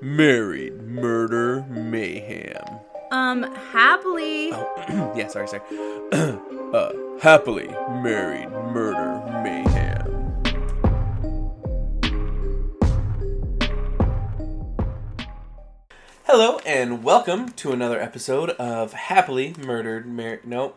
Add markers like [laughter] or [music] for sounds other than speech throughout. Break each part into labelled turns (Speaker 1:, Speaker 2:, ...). Speaker 1: Married Murder Mayhem.
Speaker 2: Um,
Speaker 1: [clears throat]
Speaker 2: happily.
Speaker 1: yeah, sorry, sorry. uh, happily married murder mayhem. Hello and welcome to another episode of Happily Murdered Mar- No,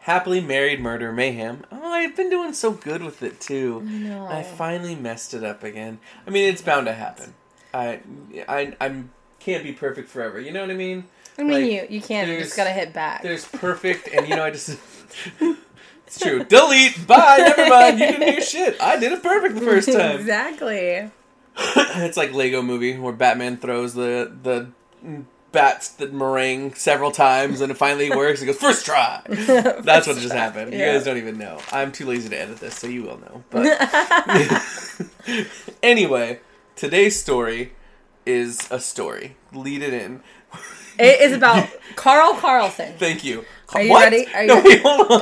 Speaker 1: Happily Married Murder Mayhem. Oh, I've been doing so good with it too.
Speaker 2: No.
Speaker 1: I finally messed it up again. I mean, it's bound to happen. I, I, I'm can't be perfect forever. You know what I mean?
Speaker 2: I mean,
Speaker 1: like,
Speaker 2: you you can't. You
Speaker 1: there's-
Speaker 2: just gotta hit back.
Speaker 1: There's perfect, and you know, I just. it's true. Delete. Bye. Never mind. You didn't do shit. I did it perfect the first time.
Speaker 2: [laughs] exactly.
Speaker 1: [laughs] it's like Lego Movie where Batman throws the the bats the meringue several times, and it finally works. It goes first
Speaker 2: [laughs]
Speaker 1: try. That's what just happened. You
Speaker 2: yeah.
Speaker 1: guys don't even know. I'm too lazy to edit this, so you will know. But
Speaker 2: [laughs]
Speaker 1: anyway, today's story is a story. Lead it in.
Speaker 2: it is
Speaker 1: [laughs]
Speaker 2: about Carl Carlson.
Speaker 1: Thank you.
Speaker 2: Are you
Speaker 1: What?
Speaker 2: ready? Are you
Speaker 1: no,
Speaker 2: ready?
Speaker 1: wait, hold on.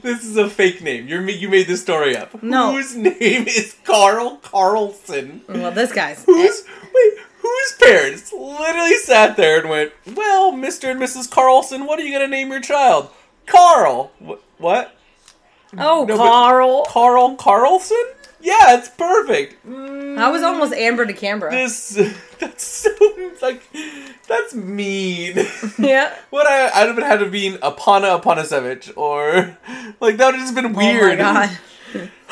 Speaker 1: This is a fake name. You're ma- you made this story up.
Speaker 2: No.
Speaker 1: Whose name is Carl Carlson?
Speaker 2: Well, this guy's.
Speaker 1: Whose wait, whose parents literally sat there and went, "Well, Mr. and Mrs. Carlson, what are you going to name your child?" Carl. Wh- what?
Speaker 2: Oh,
Speaker 1: No, but-
Speaker 2: Carl.
Speaker 1: Carl Carlson? Yeah, it's perfect. Mm,
Speaker 2: I was almost Amber to Canberra.
Speaker 1: this [laughs] that's so like that's mean.
Speaker 2: [laughs]
Speaker 1: [laughs]
Speaker 2: yeah.
Speaker 1: What I I'd have had to be an Apana Apanasevich or like that would have just been weird.
Speaker 2: Oh my god.
Speaker 1: [laughs]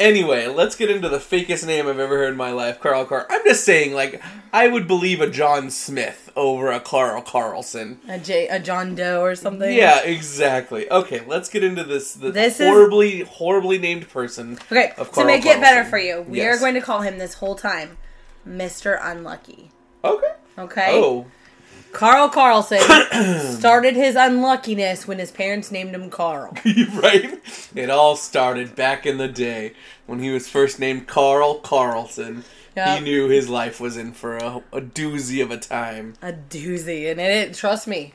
Speaker 1: anyway, let's get into the fakest name I've ever heard in my life, Carl Carl. I'm just saying, like I would believe a John Smith over a Carl Carlson.
Speaker 2: A, J, a John Doe or something.
Speaker 1: Yeah, exactly. Okay, let's get into this the
Speaker 2: This is-
Speaker 1: horribly horribly named person.
Speaker 2: Okay.
Speaker 1: Of
Speaker 2: to
Speaker 1: Carl
Speaker 2: make it better
Speaker 1: Carlson.
Speaker 2: for you, we
Speaker 1: Yes.
Speaker 2: are going to call him this whole time, Mister Unlucky.
Speaker 1: Okay.
Speaker 2: Okay.
Speaker 1: Oh, [laughs] [coughs]
Speaker 2: Carl Carlson started his unluckiness when his parents named him Carl.
Speaker 1: you right. It all started back in the day when he was first named Carl Carlson.
Speaker 2: Yeah.
Speaker 1: He knew his life was in for a, a doozy of a time.
Speaker 2: A doozy, and it, it trust me,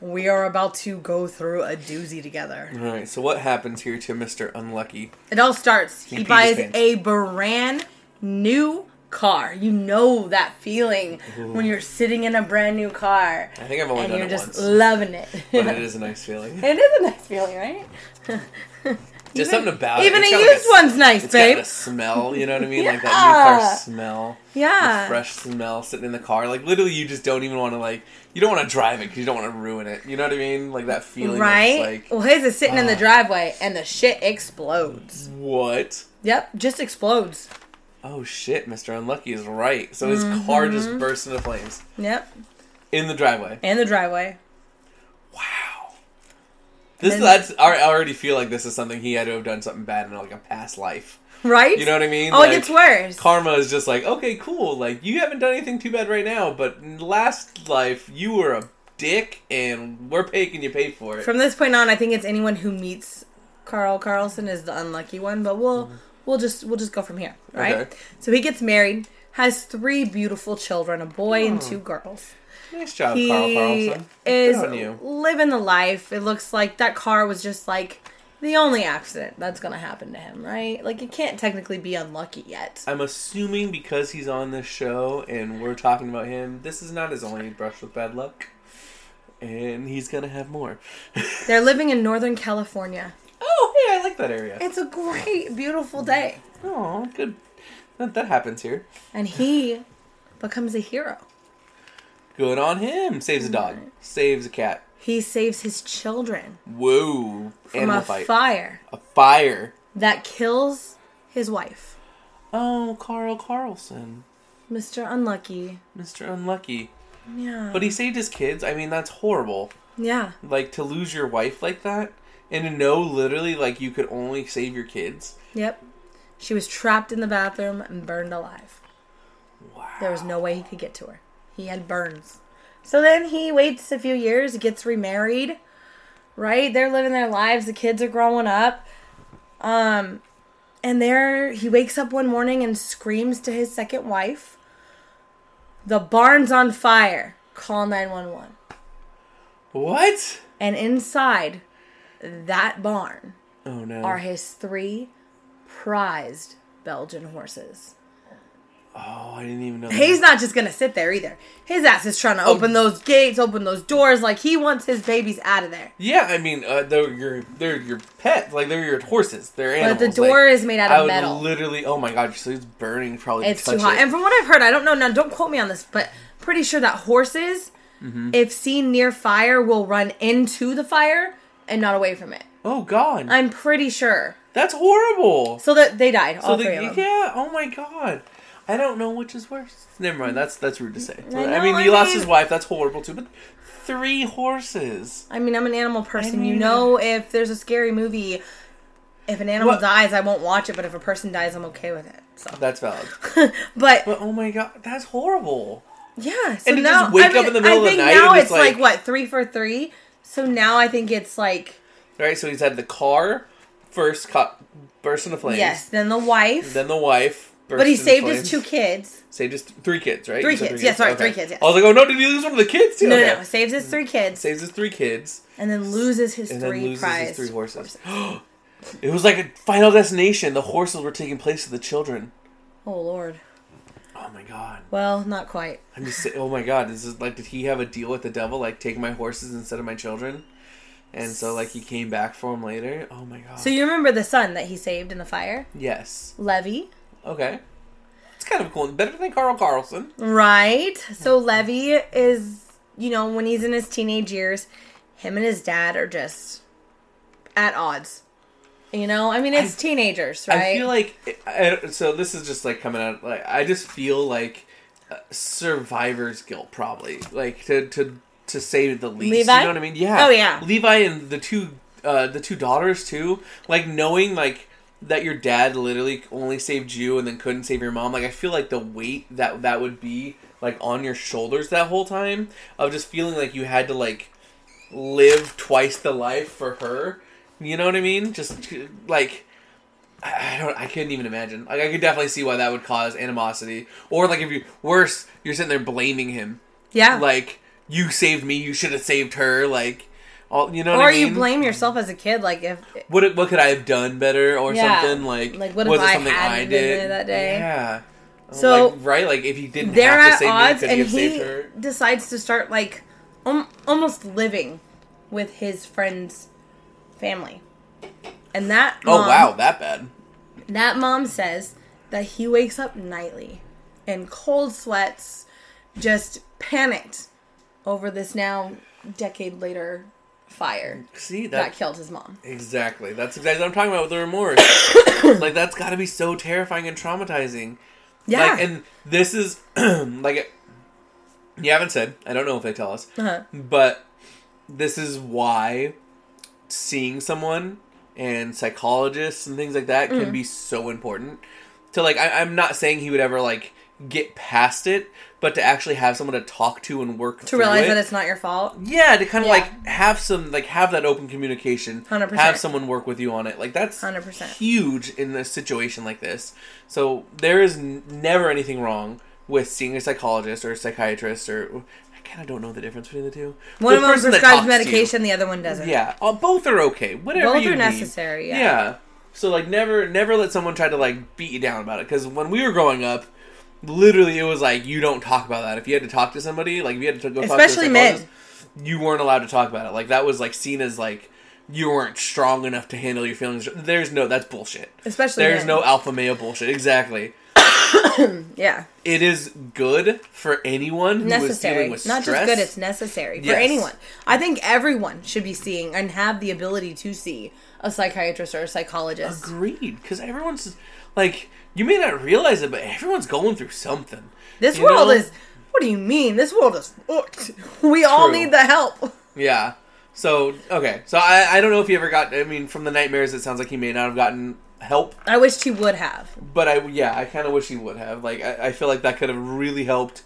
Speaker 2: we are about to go through a doozy together.
Speaker 1: All right, so what happens here to Mister Unlucky?
Speaker 2: It all starts.
Speaker 1: peed
Speaker 2: He
Speaker 1: his
Speaker 2: buys
Speaker 1: pants.
Speaker 2: a brand new car. You know that feeling when you're sitting in a brand new car
Speaker 1: I think I've only
Speaker 2: and
Speaker 1: done
Speaker 2: you're
Speaker 1: it
Speaker 2: just
Speaker 1: once.
Speaker 2: loving it.
Speaker 1: but
Speaker 2: [laughs]
Speaker 1: it is a nice feeling.
Speaker 2: It is a nice
Speaker 1: [laughs]
Speaker 2: feeling, right?
Speaker 1: Just something about
Speaker 2: Even
Speaker 1: it. It's
Speaker 2: a
Speaker 1: got like
Speaker 2: used one's nice,
Speaker 1: It's got
Speaker 2: babe.
Speaker 1: the smell, you know what I mean? Like that new
Speaker 2: Yeah.
Speaker 1: car smell,
Speaker 2: yeah.
Speaker 1: the fresh smell sitting in the car. Like literally, you just don't even want to like. You don't want to drive it because you don't want to ruin it. You know what I mean? Like that feeling. of
Speaker 2: Right?
Speaker 1: just
Speaker 2: well, his is sitting in the
Speaker 1: ah.
Speaker 2: driveway and the shit explodes.
Speaker 1: like what?
Speaker 2: Yep, just explodes.
Speaker 1: Oh shit! Mister Unlucky is right. So his car
Speaker 2: Mm-hmm.
Speaker 1: just bursts into flames
Speaker 2: Yep,
Speaker 1: in the driveway.
Speaker 2: and the driveway.
Speaker 1: Wow. This
Speaker 2: then-
Speaker 1: that's I already feel like this is something he had to have done something bad in like a past life.
Speaker 2: Right?
Speaker 1: You know what I mean?
Speaker 2: oh,
Speaker 1: like,
Speaker 2: it gets worse.
Speaker 1: karma is just like okay cool like you haven't done anything too bad right now but in last life you were a dick and we're making you pay for it
Speaker 2: From this point on, I think it's anyone who meets Carl Carlson is the unlucky one, but we'll we'll just we'll just go from here, right?
Speaker 1: Mm-hmm. Okay.
Speaker 2: So he gets married, has three beautiful children, a boy and two girls.
Speaker 1: nice job
Speaker 2: He
Speaker 1: Hmm. carl carlson
Speaker 2: is
Speaker 1: Good on you
Speaker 2: living the life. It looks like that car was just like the only accident that's gonna happen to him, right? Like it can't technically be unlucky yet.
Speaker 1: i'm assuming because he's on this show and we're talking about him this is not his only brush with bad luck and he's gonna have more [laughs]
Speaker 2: They're living in Northern California.
Speaker 1: oh hey i like that area
Speaker 2: It's a great,
Speaker 1: Mm.
Speaker 2: beautiful day.
Speaker 1: oh good that, that happens here
Speaker 2: And he becomes a hero.
Speaker 1: good on him saves a dog saves a cat
Speaker 2: He saves his children
Speaker 1: whoa
Speaker 2: from
Speaker 1: animal
Speaker 2: a
Speaker 1: fight
Speaker 2: fire
Speaker 1: a fire
Speaker 2: that kills his wife.
Speaker 1: Oh, Carl Carlson,
Speaker 2: Mr. Unlucky.
Speaker 1: Mr. Unlucky.
Speaker 2: Yeah.
Speaker 1: But he saved his kids. I mean, that's horrible.
Speaker 2: yeah.
Speaker 1: Like to lose your wife like that and to know literally like you could only save your kids.
Speaker 2: Yep. She was trapped in the bathroom and burned alive.
Speaker 1: Wow.
Speaker 2: There was no way he could get to her. He had burns. So then he waits a few years, gets remarried, right? They're living their lives, the kids are growing up. Um and there he wakes up one morning and screams to his second wife, "The barn's on fire. Call 911."
Speaker 1: What?
Speaker 2: And inside that barn
Speaker 1: Oh no.
Speaker 2: are his three prized Belgian horses.
Speaker 1: Oh, I didn't even know.
Speaker 2: He's not just gonna sit there either. His ass is trying to
Speaker 1: Oh.
Speaker 2: open those gates, open those doors. Like he wants his babies out of there.
Speaker 1: Yeah, I mean, uh, they're your they're your pets, like they're your horses, they're animals.
Speaker 2: but the door
Speaker 1: like,
Speaker 2: is made out
Speaker 1: I
Speaker 2: of
Speaker 1: would
Speaker 2: metal.
Speaker 1: literally. Oh my god, so it's burning. Probably to
Speaker 2: it's too
Speaker 1: touch
Speaker 2: hot.
Speaker 1: it.
Speaker 2: And from what I've heard, I don't know. Now, don't quote me on this, but pretty sure that horses,
Speaker 1: Mm-hmm.
Speaker 2: if seen near fire, will run into the fire and not away from it.
Speaker 1: oh god,
Speaker 2: I'm pretty sure.
Speaker 1: that's horrible.
Speaker 2: So that they died.
Speaker 1: So
Speaker 2: All
Speaker 1: the,
Speaker 2: three of them.
Speaker 1: yeah. Oh my god. I don't know which is worse. Never mind. That's that's rude to say. I,
Speaker 2: know,
Speaker 1: mean,
Speaker 2: I
Speaker 1: he lost
Speaker 2: mean-
Speaker 1: his wife. That's horrible too. But three horses.
Speaker 2: I mean, I'm an animal person. you
Speaker 1: mean-
Speaker 2: know, if there's a scary movie, if an animal
Speaker 1: What-
Speaker 2: dies, I won't watch it. But if a person dies, I'm okay with it. So,
Speaker 1: That's valid.
Speaker 2: but
Speaker 1: But oh my god, that's horrible.
Speaker 2: yeah. So
Speaker 1: And to
Speaker 2: now
Speaker 1: just wake
Speaker 2: I
Speaker 1: up
Speaker 2: mean,
Speaker 1: in the middle
Speaker 2: I
Speaker 1: of the
Speaker 2: think
Speaker 1: night
Speaker 2: now
Speaker 1: and
Speaker 2: it's
Speaker 1: it's
Speaker 2: like,
Speaker 1: like-
Speaker 2: what three for three. So now I think it's like
Speaker 1: All right, so he's had the car first caught burst into flames.
Speaker 2: yes, then the wife,
Speaker 1: Then the wife. Burst
Speaker 2: but he
Speaker 1: into
Speaker 2: saved
Speaker 1: flames.
Speaker 2: his two
Speaker 1: [laughs]
Speaker 2: kids.
Speaker 1: Saved his th- three kids, right?
Speaker 2: Three
Speaker 1: You said
Speaker 2: kids, yeah, sorry, three kids, yes.
Speaker 1: I was like, oh no, did he lose one of the kids? too?
Speaker 2: No,
Speaker 1: Okay.
Speaker 2: no, no, saves his three kids,
Speaker 1: Saves his three kids
Speaker 2: and then loses his
Speaker 1: and then
Speaker 2: three
Speaker 1: loses
Speaker 2: prized
Speaker 1: his three horses. [gasps] it was like a final destination. The horses were taking place of the children.
Speaker 2: Oh lord.
Speaker 1: Oh my god.
Speaker 2: Well, not quite.
Speaker 1: I'm just saying, oh my god, this is like, did he have a deal with the devil? Like, take my horses instead of my children? And so, like, he came back for him later? Oh my god.
Speaker 2: So you remember the son that he saved in the fire,
Speaker 1: yes.
Speaker 2: Levy?
Speaker 1: Okay. It's kind of cool. Better than Carl Carlson.
Speaker 2: Right. So Levy is, you know, when he's in his teenage years, him and his dad are just at odds. You know, I mean, it's teenagers, right?
Speaker 1: I feel like I, I- so. This is just like coming out. Like I just feel like uh, survivor's guilt, probably. Like to to to say the least.
Speaker 2: Levi?
Speaker 1: You know what I mean? Yeah.
Speaker 2: Oh, yeah.
Speaker 1: Levi and the two uh, the two daughters too. Like knowing like that your dad literally only saved you and then couldn't save your mom. Like I feel like the weight that that would be like on your shoulders that whole time of just feeling like you had to like live twice the life for her. You know what I mean? Just like I I don't. I couldn't even imagine. Like I could definitely see why that would cause animosity. Or like if you worse, you're sitting there blaming him.
Speaker 2: yeah.
Speaker 1: Like you saved me. You should have saved her. Like all you know.
Speaker 2: or
Speaker 1: what I mean?
Speaker 2: you blame yourself as a kid, like if
Speaker 1: What what could I have done better or
Speaker 2: Yeah.
Speaker 1: something like?
Speaker 2: Like, what if
Speaker 1: was it
Speaker 2: I
Speaker 1: something
Speaker 2: hadn't
Speaker 1: I
Speaker 2: been
Speaker 1: did
Speaker 2: there that day?
Speaker 1: Yeah.
Speaker 2: So,
Speaker 1: like, right, like if you didn't
Speaker 2: they're
Speaker 1: have to
Speaker 2: at
Speaker 1: save
Speaker 2: odds,
Speaker 1: me, could you
Speaker 2: and
Speaker 1: have saved
Speaker 2: he
Speaker 1: her?
Speaker 2: decides to start like um, almost living with his friend's family, and that
Speaker 1: Oh
Speaker 2: mom-
Speaker 1: wow, that bad.
Speaker 2: That mom says that he wakes up nightly in cold sweats, just panicked over this now decade later fire
Speaker 1: See
Speaker 2: that
Speaker 1: that
Speaker 2: killed his mom.
Speaker 1: Exactly. That's exactly what I'm talking about with the remorse.
Speaker 2: [coughs]
Speaker 1: like that's got to be so terrifying and traumatizing.
Speaker 2: Yeah.
Speaker 1: Like, and this is [clears throat] like it- you haven't said. I don't know if they tell us,
Speaker 2: Uh-huh.
Speaker 1: but this is why seeing someone and psychologists and things like that
Speaker 2: Mm.
Speaker 1: can be so important. To like, I, I'm not saying he would ever like get past it, but to actually have someone to talk to and work
Speaker 2: To realize
Speaker 1: it,
Speaker 2: that it's not your fault.
Speaker 1: yeah, to kind of
Speaker 2: Yeah.
Speaker 1: like have some like have that open communication,
Speaker 2: 100%.
Speaker 1: have someone work with you on it. Like that's
Speaker 2: 100%.
Speaker 1: huge in a situation like this. So there is n- never anything wrong with seeing a psychologist or a psychiatrist or I kind of don't know the difference between the two.
Speaker 2: One
Speaker 1: The
Speaker 2: of them
Speaker 1: person that
Speaker 2: prescribes
Speaker 1: talks to you.
Speaker 2: medication, the other one doesn't.
Speaker 1: Yeah, uh, both are okay. Whatever
Speaker 2: Both
Speaker 1: you
Speaker 2: are
Speaker 1: need.
Speaker 2: necessary, yeah.
Speaker 1: So like never never let someone try to like beat you down about it cuz when we were growing up literally it was like you don't talk about that. If you had to talk to somebody, like if you had to go talk
Speaker 2: Especially
Speaker 1: to a
Speaker 2: men.
Speaker 1: psychologist, you weren't allowed to talk about it. Like that was like seen as like you weren't strong enough to handle your feelings. There's no that's bullshit.
Speaker 2: Especially
Speaker 1: There's
Speaker 2: men.
Speaker 1: no alpha male bullshit. Exactly.
Speaker 2: Yeah.
Speaker 1: It is good for anyone who is
Speaker 2: Necessary.
Speaker 1: dealing with
Speaker 2: Not
Speaker 1: stress.
Speaker 2: just good, it's necessary for
Speaker 1: Yes.
Speaker 2: anyone. I think everyone should be seeing and have the ability to see a psychiatrist or a psychologist.
Speaker 1: Agreed, because everyone's like, you may not realize it, but everyone's going through something.
Speaker 2: This
Speaker 1: you
Speaker 2: world
Speaker 1: know?
Speaker 2: is. What do you mean? This world is fucked. [laughs] We all
Speaker 1: True.
Speaker 2: need the help.
Speaker 1: yeah. So okay, so I I don't know if you ever got. I mean, from the nightmares, it sounds like he may not have gotten help,
Speaker 2: I wish he would have.
Speaker 1: but I yeah, I kind of wish he would have. Like, I, I feel like that could have really helped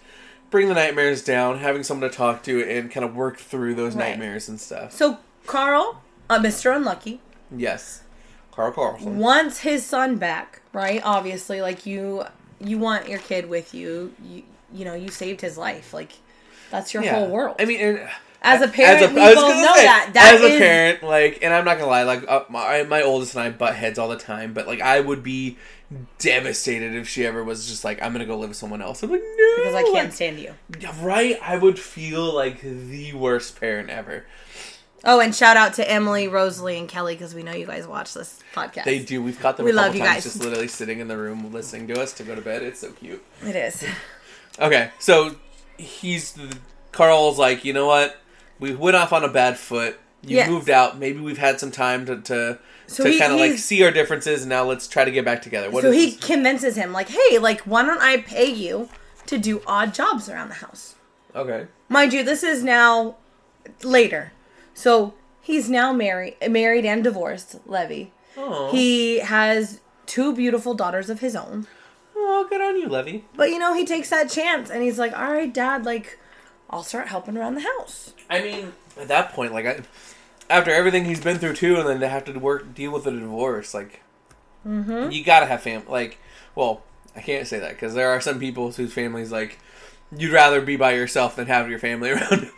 Speaker 1: bring the nightmares down, having someone to talk to and kind of work through those
Speaker 2: Right.
Speaker 1: nightmares and stuff.
Speaker 2: So Carl, uh, Mr. Unlucky,
Speaker 1: Yes, Carl Carlson.
Speaker 2: wants his son back, right? Obviously, like you, you want your kid with you. You, you know, you saved his life. Like that's your
Speaker 1: Yeah.
Speaker 2: whole world.
Speaker 1: I mean, and,
Speaker 2: as
Speaker 1: [laughs]
Speaker 2: a parent, we
Speaker 1: I was
Speaker 2: both
Speaker 1: gonna
Speaker 2: know
Speaker 1: say,
Speaker 2: that. That
Speaker 1: as a
Speaker 2: is-
Speaker 1: parent, like, and I'm not gonna lie, like, uh, my, my oldest and I butt heads all the time, but like, I would be devastated if she ever was just like, I'm gonna go live with someone else. I'm like, no,
Speaker 2: because I can't stand you.
Speaker 1: like, Right? I would feel like the worst parent ever.
Speaker 2: Oh, and shout out to Emily, Rosalie, and Kelly because we know you guys watch this podcast.
Speaker 1: They do. We've got them
Speaker 2: We
Speaker 1: a couple
Speaker 2: love you
Speaker 1: times
Speaker 2: guys.
Speaker 1: just literally sitting in the room listening to us to go to bed. It's so cute.
Speaker 2: It
Speaker 1: [laughs]
Speaker 2: is.
Speaker 1: Okay, so he's the, Carl's like, you know what? We went off on a bad foot. You
Speaker 2: Yes.
Speaker 1: moved out. Maybe we've had some time to to,
Speaker 2: So
Speaker 1: to
Speaker 2: he-
Speaker 1: kind of like
Speaker 2: he's-
Speaker 1: see our differences, and now let's try to get back together. What
Speaker 2: so
Speaker 1: is
Speaker 2: he
Speaker 1: this?
Speaker 2: convinces him, like, hey, like, why don't I pay you to do odd jobs around the house?
Speaker 1: Okay.
Speaker 2: Mind you, this is now later. So he's now married, married and divorced, Levy.
Speaker 1: Oh,
Speaker 2: He has two beautiful daughters of his own.
Speaker 1: oh, good on you, Levy.
Speaker 2: But you know, he takes that chance and he's like, all right, dad, like, I'll start helping around the house.
Speaker 1: I mean, at that point, like, I, after everything he's been through too, and then to have to work deal with a divorce, like,
Speaker 2: Mm-hmm.
Speaker 1: you gotta have family. Like, well, I can't say that because there are some people whose families like you'd rather be by yourself than have your family [laughs] around.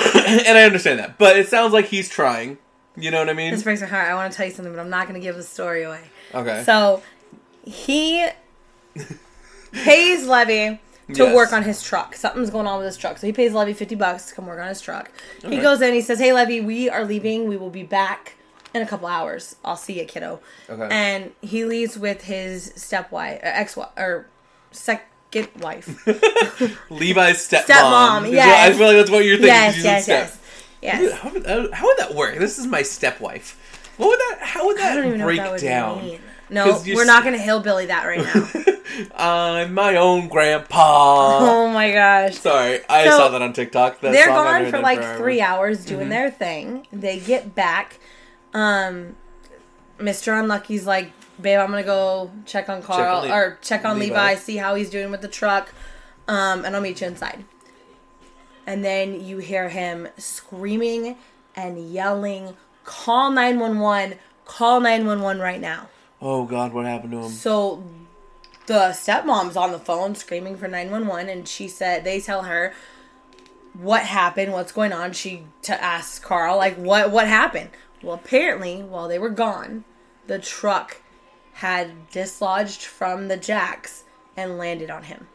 Speaker 1: and I understand that, but it sounds like he's trying. You know what I mean?
Speaker 2: This breaks my heart. I want to tell you something, but I'm not going to give the story away.
Speaker 1: Okay.
Speaker 2: So he pays Levy to
Speaker 1: Yes.
Speaker 2: work on his truck. Something's going on with his truck. So he pays Levy 50 bucks to come work on his truck. He
Speaker 1: Okay.
Speaker 2: goes in, he says, Hey, Levy, we are leaving. We will be back in a couple hours. I'll see you, kiddo.
Speaker 1: Okay.
Speaker 2: And he leaves with his stepwife, or ex wife, or second
Speaker 1: [laughs]
Speaker 2: wife.
Speaker 1: Levi's stepmom.
Speaker 2: Stepmom,
Speaker 1: is what-
Speaker 2: yes.
Speaker 1: I feel like that's what you're thinking.
Speaker 2: yes,
Speaker 1: You said
Speaker 2: yes,
Speaker 1: step.
Speaker 2: yes. Yes.
Speaker 1: How would, how would that work? This is my stepwife. What would that? How would
Speaker 2: I
Speaker 1: that
Speaker 2: don't even know
Speaker 1: break
Speaker 2: what that would
Speaker 1: down?
Speaker 2: mean. No,
Speaker 1: 'Cause you're
Speaker 2: we're
Speaker 1: s-
Speaker 2: not
Speaker 1: Uh,
Speaker 2: going to hillbilly that right
Speaker 1: [laughs]
Speaker 2: now.
Speaker 1: I'm my own
Speaker 2: [laughs]
Speaker 1: grandpa.
Speaker 2: oh my gosh.
Speaker 1: Sorry, I
Speaker 2: So,
Speaker 1: saw that on TikTok. That
Speaker 2: They're
Speaker 1: song I've
Speaker 2: gone
Speaker 1: been
Speaker 2: for
Speaker 1: in
Speaker 2: like
Speaker 1: forever.
Speaker 2: three hours doing their thing. They get back. Um, Mr. Unlucky's like, babe, I'm gonna go check on Carl
Speaker 1: on Le-
Speaker 2: or check on Levi.
Speaker 1: Levi.
Speaker 2: see how he's doing with the truck, um, and I'll meet you inside. And then you hear him screaming and yelling, "Call 911! Call 911 right now!"
Speaker 1: Oh God, what happened to him?
Speaker 2: So the stepmom's on the phone screaming for 911 and she said they tell her what happened, what's going on. She to ask Carl like what what happened. Well, apparently while they were gone, the truck had dislodged from the jacks and landed
Speaker 1: [gasps]
Speaker 2: on him.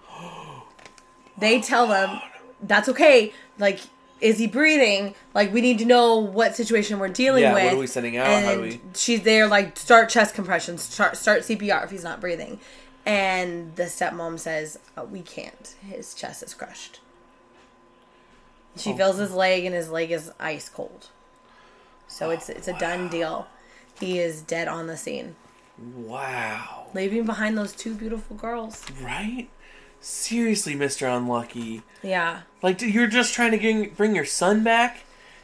Speaker 2: They tell them that's okay. Like is he breathing? Like we need to know what situation we're dealing
Speaker 1: Yeah,
Speaker 2: with.
Speaker 1: what are we sending out?
Speaker 2: And
Speaker 1: How do we-
Speaker 2: she's there like start chest compressions start, start cpr if he's not breathing and the stepmom says uh, we can't his chest is crushed
Speaker 1: Oh.
Speaker 2: she feels his leg and his leg is ice cold so it's it's a done deal he is dead on the scene
Speaker 1: Wow,
Speaker 2: leaving behind those two beautiful girls
Speaker 1: right? Seriously, Mister Unlucky.
Speaker 2: yeah
Speaker 1: Like dude, you're just trying to get, bring your son back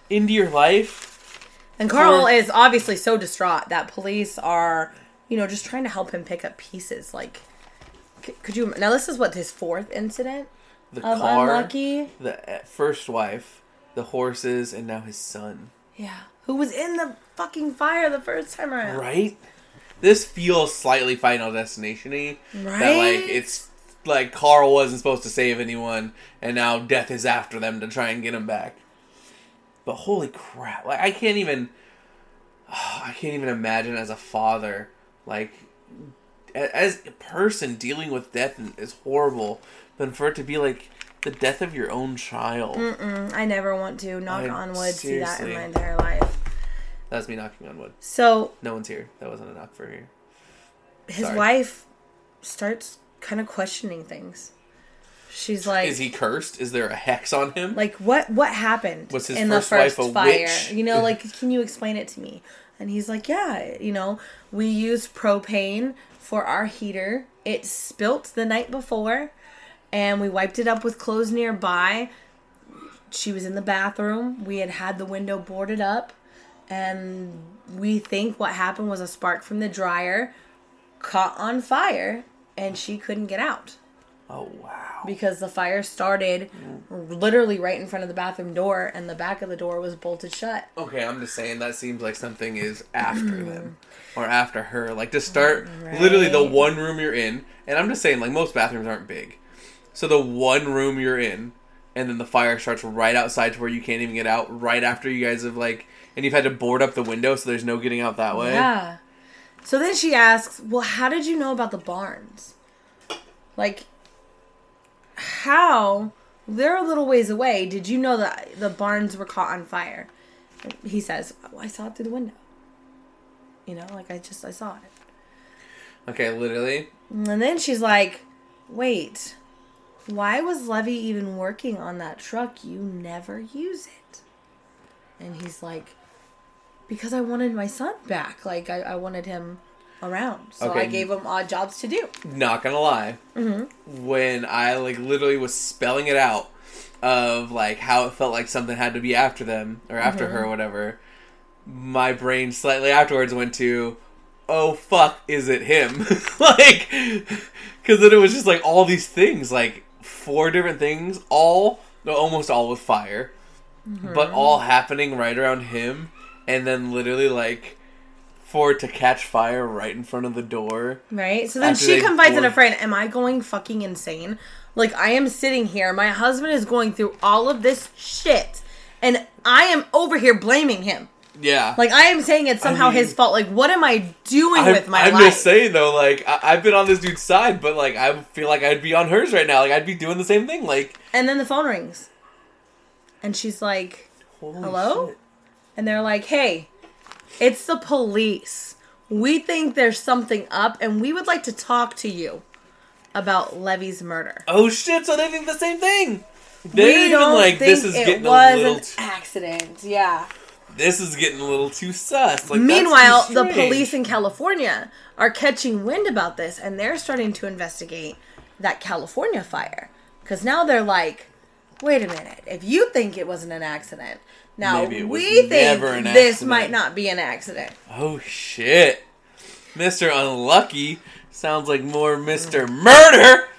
Speaker 1: into your life.
Speaker 2: and carl
Speaker 1: Or-
Speaker 2: is obviously so distraught that police are you know just trying to help him pick up pieces like c- could you now this is what his fourth incident
Speaker 1: The
Speaker 2: of
Speaker 1: car,
Speaker 2: unlucky
Speaker 1: the uh, first wife, the horses, and now his son.
Speaker 2: Yeah. Who was in the fucking fire the first time around.
Speaker 1: Right? This feels slightly Final Destination y. That, like,
Speaker 2: Right?
Speaker 1: it's like Carl wasn't supposed to save anyone, and now death is after them to try and get him back. But holy crap. Like, I can't even. [sighs] I can't even imagine as a father, like, a- as a person dealing with death is horrible, but for it to be like the death of your own child.
Speaker 2: Mm, I never want to, knock
Speaker 1: I-
Speaker 2: on wood, see that in
Speaker 1: seriously.
Speaker 2: my entire life.
Speaker 1: That's me knocking on wood.
Speaker 2: So
Speaker 1: No one's here. That wasn't a knock for here.
Speaker 2: his
Speaker 1: Sorry.
Speaker 2: wife starts kind of questioning things. She's like,
Speaker 1: Is he cursed? Is there a hex on him?
Speaker 2: like what what happened
Speaker 1: Was his
Speaker 2: in
Speaker 1: first
Speaker 2: the first
Speaker 1: wife a
Speaker 2: fire?
Speaker 1: witch?
Speaker 2: You
Speaker 1: [laughs]
Speaker 2: know, like can you explain it to me? And he's like, yeah, you know, we used propane for our heater. It spilt the night before, and we wiped it up with clothes nearby. She was in the bathroom. We had had the window boarded up, and we think what happened was a spark from the dryer caught on fire, and she couldn't get out
Speaker 1: Oh wow.
Speaker 2: because the fire started literally right in front of the bathroom door and the back of the door was bolted shut.
Speaker 1: Okay, I'm just saying that seems like something is after them or after her. Like to start literally the
Speaker 2: Mm. Right.
Speaker 1: one room you're in, and I'm just saying like most bathrooms aren't big. So the one room you're in and then the fire starts right outside to where you can't even get out right after you guys have like and you've had to board up the window so there's no getting out that way.
Speaker 2: Yeah. So then she asks, "Well, how did you know about the barns? Like, how? They're a little ways away. Did you know that the barns were caught on fire?" He says, oh, "I saw it through the window. You know, like I just I saw it."
Speaker 1: Okay, literally.
Speaker 2: And then she's like, wait, why was Levy even working on that truck? You never use it. And he's like, because I wanted my son back. Like, I, I wanted him around. So I
Speaker 1: Okay.
Speaker 2: gave him odd jobs to do.
Speaker 1: Not gonna lie. When I like literally was spelling it out of like how it felt like something had to be after them or after her or whatever, my brain slightly afterwards went to, oh fuck, is it him? [laughs] like, because then it was just like all these things, like four different things, all no, almost all with fire, but all happening right around him, and then literally like. For it to catch fire right in front of the door.
Speaker 2: Right? So then
Speaker 1: After
Speaker 2: she
Speaker 1: they
Speaker 2: confides in a
Speaker 1: board-
Speaker 2: friend, Am I going fucking insane? Like, I am sitting here. My husband is going through all of this shit. And I am over here blaming him.
Speaker 1: Yeah.
Speaker 2: Like, I am saying it's somehow his
Speaker 1: mean-
Speaker 2: fault. Like, what am I doing
Speaker 1: I'm,
Speaker 2: with my
Speaker 1: I'm
Speaker 2: life?
Speaker 1: just saying though, like I, I've been on this dude's side, but like I feel like I'd be on hers right now. Like I'd be doing the same thing. Like
Speaker 2: And then the phone rings. And she's like,
Speaker 1: holy
Speaker 2: Hello?
Speaker 1: shit.
Speaker 2: and they're like, hey, it's the police. We think there's something up and we would like to talk to you about Levy's murder.
Speaker 1: Oh shit! So they think the same thing. They're
Speaker 2: we
Speaker 1: even like this is getting a little. T-
Speaker 2: accident. Yeah.
Speaker 1: this is getting a little too sus. Like that's too
Speaker 2: Meanwhile, the
Speaker 1: strange.
Speaker 2: police in California are catching wind about this and they're starting to investigate that California fire. Because now they're like, wait a minute, if you think it wasn't an accident, now
Speaker 1: Maybe it was
Speaker 2: we think
Speaker 1: never an
Speaker 2: this
Speaker 1: accident.
Speaker 2: might not be an accident.
Speaker 1: Oh shit! Mister Unlucky sounds like more Mister Murder.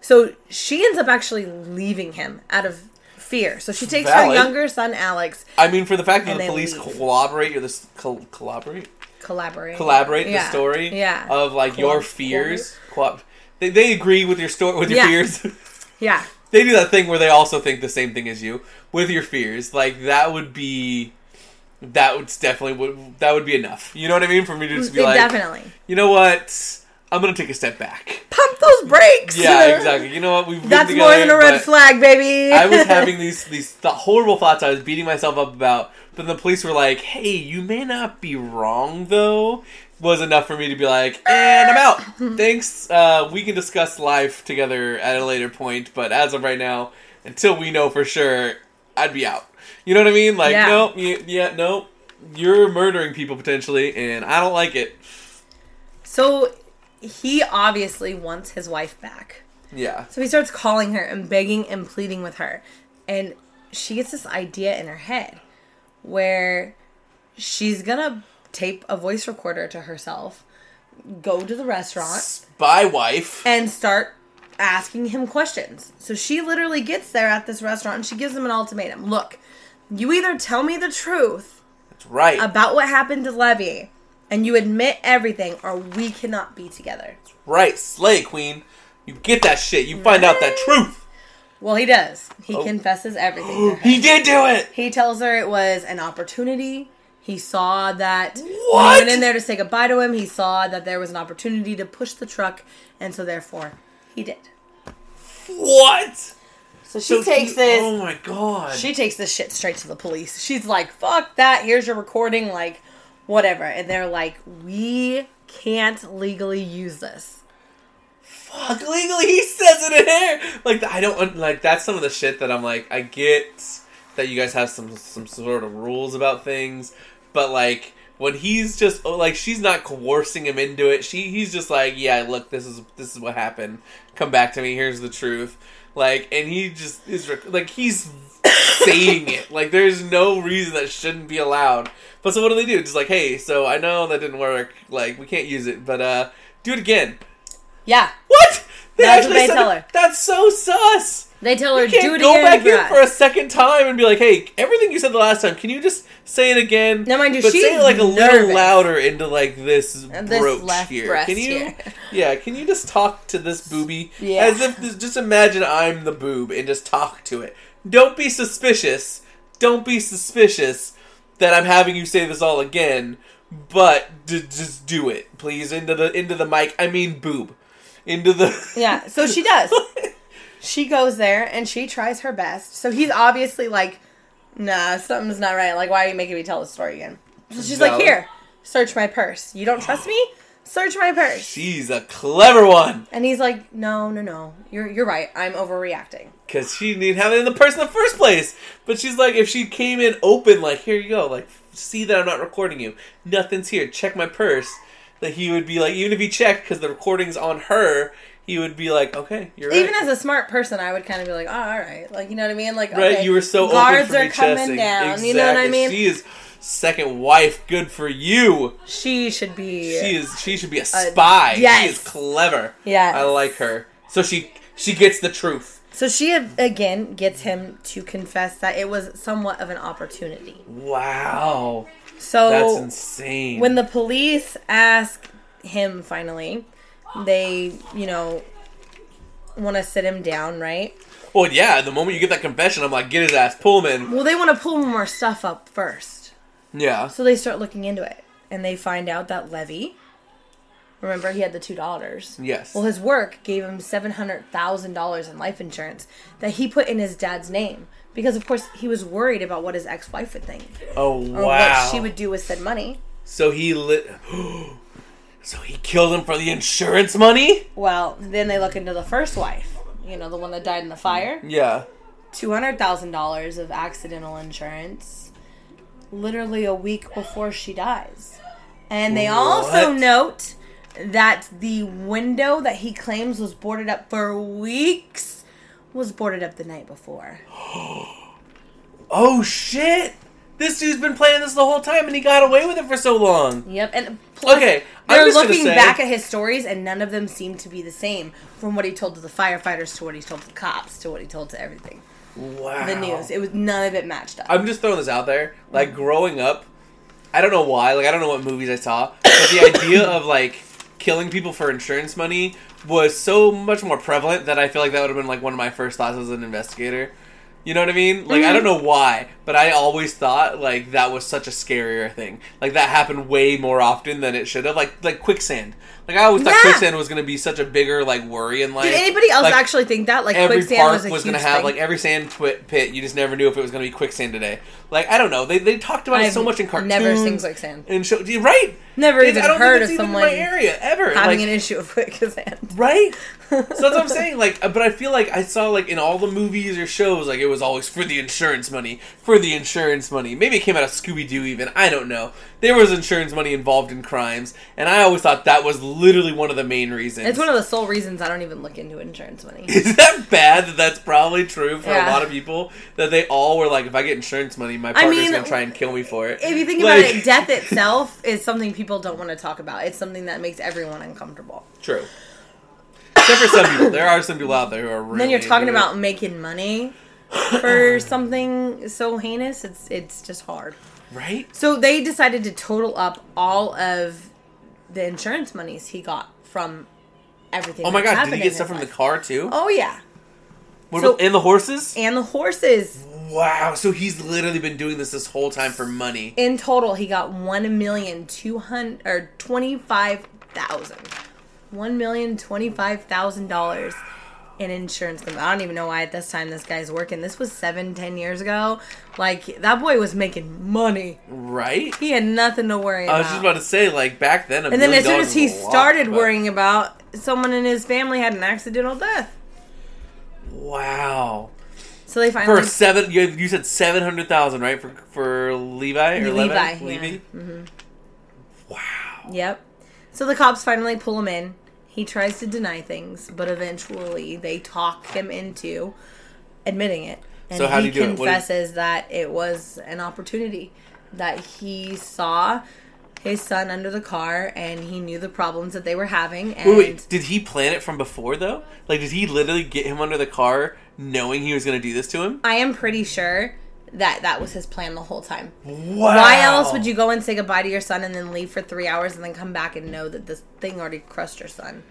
Speaker 2: So she ends up actually leaving him out of fear. So she takes her
Speaker 1: Valid.
Speaker 2: younger son, Alex,
Speaker 1: I mean, for the fact that
Speaker 2: And
Speaker 1: the
Speaker 2: they
Speaker 1: police
Speaker 2: leave.
Speaker 1: collaborate or this col- collaborate.
Speaker 2: collaborate.
Speaker 1: collaborate
Speaker 2: Yeah.
Speaker 1: the story
Speaker 2: Yeah.
Speaker 1: of like your
Speaker 2: Collaborate.
Speaker 1: fears. Co- they, they agree with your story with your
Speaker 2: Yeah.
Speaker 1: fears. [laughs]
Speaker 2: Yeah.
Speaker 1: they do that thing where they also think the same thing as you with your fears. Like that would be that would definitely would that would be enough. You know what I mean? For me to just be
Speaker 2: It
Speaker 1: like,
Speaker 2: Mm, definitely.
Speaker 1: you know what? I'm gonna take a step
Speaker 2: [laughs]
Speaker 1: back.
Speaker 2: Pump those brakes. [laughs]
Speaker 1: Yeah, exactly. You know what? We've been
Speaker 2: That's more than a
Speaker 1: together,
Speaker 2: red
Speaker 1: but-
Speaker 2: flag, baby.
Speaker 1: I was
Speaker 2: [laughs]
Speaker 1: having these these th- horrible thoughts I was beating myself up about, but the police were like, "Hey, you may not be wrong though." Was enough for me to be like, "And I'm out.
Speaker 2: [laughs]
Speaker 1: Thanks. Uh, we can discuss life together at a later point, but as of right now, until we know for sure, I'd be out." You know what I mean? Like,
Speaker 2: Yeah.
Speaker 1: nope, y- yeah, nope. You're murdering people potentially, and I don't like it.
Speaker 2: So he obviously wants his wife back.
Speaker 1: Yeah.
Speaker 2: So he starts calling her and begging and pleading with her. And she gets this idea in her head where she's going to tape a voice recorder to herself, go to the restaurant,
Speaker 1: Spy wife.
Speaker 2: and start asking him questions. So she literally gets there at this restaurant and she gives him an ultimatum. Look, you either tell me the truth
Speaker 1: That's right.
Speaker 2: about what happened to Levy and you admit everything or we cannot be together.
Speaker 1: right. Slay queen. You get that shit. You find out that truth.
Speaker 2: Well, he does. He
Speaker 1: Oh.
Speaker 2: confesses
Speaker 1: [gasps]
Speaker 2: everything to her.
Speaker 1: He did do it.
Speaker 2: He tells her it was an opportunity. He saw that
Speaker 1: What?
Speaker 2: we went in there to say goodbye to him. He saw that there was an opportunity to push the truck, and so therefore, he did.
Speaker 1: What?
Speaker 2: So she takes this.
Speaker 1: Oh my god.
Speaker 2: She takes this shit straight to the police. She's like, "Fuck that. Here's your recording. Like, whatever." And they're like, "We can't legally use this."
Speaker 1: Fuck legally, he says it in here. Like I don't un- like that's some of the shit that I'm like I get that you guys have some some sort of rules about things, but like when he's just oh, like she's not coercing him into it. She he's just like yeah, look, this is this is what happened. Come back to me. Here's the truth. Like and he just is rec- like he's saying it. Like there's no reason that shouldn't be allowed. But so what do they do? Just like, hey, so I know that didn't work. Like we can't use it, but uh do it again.
Speaker 2: Yeah,
Speaker 1: What? They
Speaker 2: That's what they
Speaker 1: said
Speaker 2: tell
Speaker 1: it-
Speaker 2: her.
Speaker 1: That's so sus.
Speaker 2: they tell her,
Speaker 1: You can't
Speaker 2: "Do it
Speaker 1: go
Speaker 2: again."
Speaker 1: back here
Speaker 2: Brad."
Speaker 1: for a second time and be like, "Hey, everything you said the last time, can you just say it again?"
Speaker 2: Now, mind you,
Speaker 1: but say
Speaker 2: she's
Speaker 1: it like a little
Speaker 2: nervous.
Speaker 1: louder into like this
Speaker 2: this
Speaker 1: brooch
Speaker 2: left
Speaker 1: here.
Speaker 2: breast
Speaker 1: Can you?
Speaker 2: here.
Speaker 1: Yeah, can you just talk to this booby
Speaker 2: Yeah.
Speaker 1: as if this, just imagine I'm the boob and just talk to it. Don't be suspicious. Don't be suspicious that I'm having you say this all again. but d- just do it, please. Into the into the mic. I mean, boob. Into the
Speaker 2: Yeah, so she does. she goes there and she tries her best. So he's obviously like, nah, something's not right. Like, why are you making me tell the story again? So she's like,
Speaker 1: Valid.
Speaker 2: here, search my purse. You don't trust me? Search my purse.
Speaker 1: [laughs] She's a clever one
Speaker 2: And he's like, no, no, no. You're, you're right. I'm overreacting.
Speaker 1: because she didn't have it in the purse in the first place. But she's like, if she came in open, like here you go, like see that I'm not recording you. Nothing's here. Check my purse. That he would be like, even if he checked because the recording's on her, he would be like, okay, you're right.
Speaker 2: Even as a smart person, I would kind of be like, oh, all right. Like, you know what I mean? Like,
Speaker 1: Right,
Speaker 2: okay,
Speaker 1: you were so
Speaker 2: guards
Speaker 1: open for
Speaker 2: are coming
Speaker 1: re-chessing.
Speaker 2: down. You know what I
Speaker 1: Exactly.
Speaker 2: mean?
Speaker 1: She is second wife. Good for you.
Speaker 2: She should be.
Speaker 1: She is. She should be a spy. She
Speaker 2: Uh, yes.
Speaker 1: is clever.
Speaker 2: Yes.
Speaker 1: I like her. So she she gets the truth.
Speaker 2: So she again gets him to confess that it was somewhat of an opportunity.
Speaker 1: Wow,
Speaker 2: So
Speaker 1: that's insane.
Speaker 2: when the police ask him finally, they, you know, want to sit him down, right?
Speaker 1: well, yeah, the moment you get that confession, I'm like, get his ass, pull him in.
Speaker 2: Well, they want to pull more stuff up first.
Speaker 1: Yeah,
Speaker 2: So they start looking into it and they find out that Levy, remember, he had the two daughters.
Speaker 1: yes.
Speaker 2: Well, his work gave him $700,000 in life insurance that he put in his dad's name because, of course, he was worried about what his ex wife would think
Speaker 1: oh
Speaker 2: or
Speaker 1: wow.
Speaker 2: what she would do with said money.
Speaker 1: so he lit. [gasps] so he killed him for the insurance money.
Speaker 2: Well, then they look into the first wife, you know, the one that died in the fire.
Speaker 1: Yeah.
Speaker 2: two hundred thousand dollars of accidental insurance, literally a week before she dies. And they also
Speaker 1: What?
Speaker 2: note that the window that he claims was boarded up for weeks was boarded up the night before.
Speaker 1: Oh shit! This dude's been playing this the whole time, and he got away with it for so long.
Speaker 2: Yep, and plus
Speaker 1: Okay, I'm
Speaker 2: they're
Speaker 1: just gonna
Speaker 2: looking
Speaker 1: say-
Speaker 2: back at his stories, and none of them seem to be the same from what he told to the firefighters to what he told to the cops to what he told to everything.
Speaker 1: Wow.
Speaker 2: The news, it was none of it matched up.
Speaker 1: I'm just throwing this out there.
Speaker 2: Mm.
Speaker 1: Like growing up, I don't know why. Like I don't know what movies I saw, but the idea of like killing people for insurance money was so much more prevalent that I feel like that would have been like one of my first thoughts as an investigator. You know what I mean? Like I don't
Speaker 2: Mm-hmm.
Speaker 1: know why, but I always thought like that was such a scarier thing. Like that happened way more often than it should have. Like like quicksand. Like I always thought
Speaker 2: Yeah.
Speaker 1: quicksand was going to be such a bigger like worry in life.
Speaker 2: Did anybody else
Speaker 1: Like,
Speaker 2: actually think that? Like
Speaker 1: every
Speaker 2: quicksand
Speaker 1: park
Speaker 2: was
Speaker 1: was,
Speaker 2: a
Speaker 1: going to
Speaker 2: huge
Speaker 1: have
Speaker 2: thing?
Speaker 1: like every sand twi- pit. You just never knew if it was going to be quicksand today. Like I don't know. They, they talked about it
Speaker 2: I've
Speaker 1: so much in cartoons.
Speaker 2: Never seen quicksand.
Speaker 1: And show you- right.
Speaker 2: Never
Speaker 1: It's-
Speaker 2: even
Speaker 1: I don't
Speaker 2: heard
Speaker 1: think it's
Speaker 2: of
Speaker 1: even in
Speaker 2: someone
Speaker 1: my area ever
Speaker 2: Having
Speaker 1: Like,
Speaker 2: an issue with quicksand. [laughs]
Speaker 1: right. So that's what I'm saying. Like, uh, but I feel like I saw like in all the movies or shows, like it was always for the insurance money, for the insurance money. Maybe it came out of Scooby Doo, even I don't know. There was insurance money involved in crimes, and I always thought that was literally one of the main reasons.
Speaker 2: It's one of the sole reasons I don't even look into
Speaker 1: [laughs]
Speaker 2: insurance money.
Speaker 1: Is that bad that that's probably true for
Speaker 2: Yeah.
Speaker 1: a lot of people? That they all were like, if I get insurance money, my partner's
Speaker 2: mean,
Speaker 1: gonna try and kill me for it.
Speaker 2: If you think
Speaker 1: Like-
Speaker 2: about it, death itself is something people don't want to talk about. It's something that makes everyone uncomfortable.
Speaker 1: True. Except for some people. There are some people out there who are really.
Speaker 2: And then you're talking
Speaker 1: into it.
Speaker 2: about
Speaker 1: [laughs]
Speaker 2: making money for something so heinous. It's it's just hard.
Speaker 1: Right?
Speaker 2: So they decided to total up all of the insurance monies he got from everything.
Speaker 1: Oh my god,
Speaker 2: that's
Speaker 1: did
Speaker 2: happened
Speaker 1: he
Speaker 2: in
Speaker 1: get
Speaker 2: his
Speaker 1: stuff from the
Speaker 2: life.
Speaker 1: car too?
Speaker 2: Oh yeah,
Speaker 1: What
Speaker 2: so-
Speaker 1: about, and the horses?
Speaker 2: and the horses.
Speaker 1: Wow, so he's literally been doing this this whole time for money.
Speaker 2: In total, he got one million two hundred or twenty five thousand. One million twenty five thousand dollars in insurance. company. I don't even know why at this time this guy's working. This was seven, ten years ago. Like that boy was making money.
Speaker 1: Right?
Speaker 2: He had nothing to worry about.
Speaker 1: I was just about to say, like, back then, a
Speaker 2: and then
Speaker 1: million
Speaker 2: as soon
Speaker 1: dollars
Speaker 2: as he
Speaker 1: was a lot,
Speaker 2: started
Speaker 1: but-
Speaker 2: worrying about someone in his family had an accidental death.
Speaker 1: Wow.
Speaker 2: So they finally
Speaker 1: For seven, you, you said seven hundred thousand, right? For for Levi or
Speaker 2: Levi,
Speaker 1: Levi,
Speaker 2: yeah. Mm-hmm.
Speaker 1: Levi? Wow.
Speaker 2: Yep. So the cops finally pull him in. He tries to deny things, but eventually they talk him into admitting it. And
Speaker 1: So how'd
Speaker 2: he
Speaker 1: he do it? What did-
Speaker 2: confesses that it was an opportunity that he saw his son under the car and he knew the problems that they were having and
Speaker 1: Wait, wait, did he plan it from before though? Like, did he literally get him under the car knowing he was going to do this to him?
Speaker 2: I am pretty sure that that was his plan the whole time.
Speaker 1: Wow.
Speaker 2: Why else would you go and say goodbye to your son and then leave for three hours and then come back and know that this thing already crushed your son?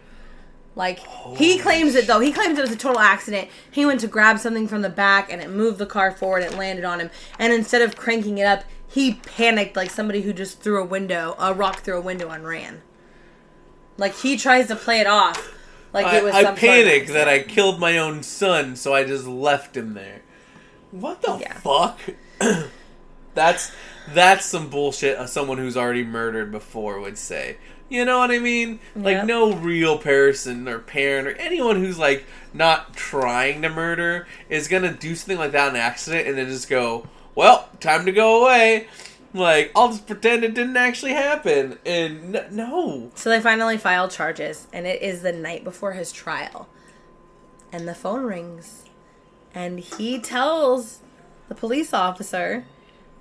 Speaker 2: Like he claims it though. He claims it was a total accident. He went to grab something from the back and it moved the car forward. It landed on him, and instead of cranking it up, he panicked like somebody who just threw a window, a rock through a window and ran. Like he tries to play it off, like
Speaker 1: I,
Speaker 2: it was.
Speaker 1: I
Speaker 2: some sort of
Speaker 1: panicked that I killed my own son, so I just left him there. What the
Speaker 2: Yeah.
Speaker 1: fuck? [clears throat] that's that's some bullshit. uh, Someone who's already murdered before would say. You know what I mean? Like
Speaker 2: Yep.
Speaker 1: no real person or parent or anyone who's like not trying to murder is gonna do something like that in an accident and then just go, "Well, time to go away." Like I'll just pretend it didn't actually happen. And n- no,
Speaker 2: So they finally file charges, and it is the night before his trial. And the phone rings, and he tells the police officer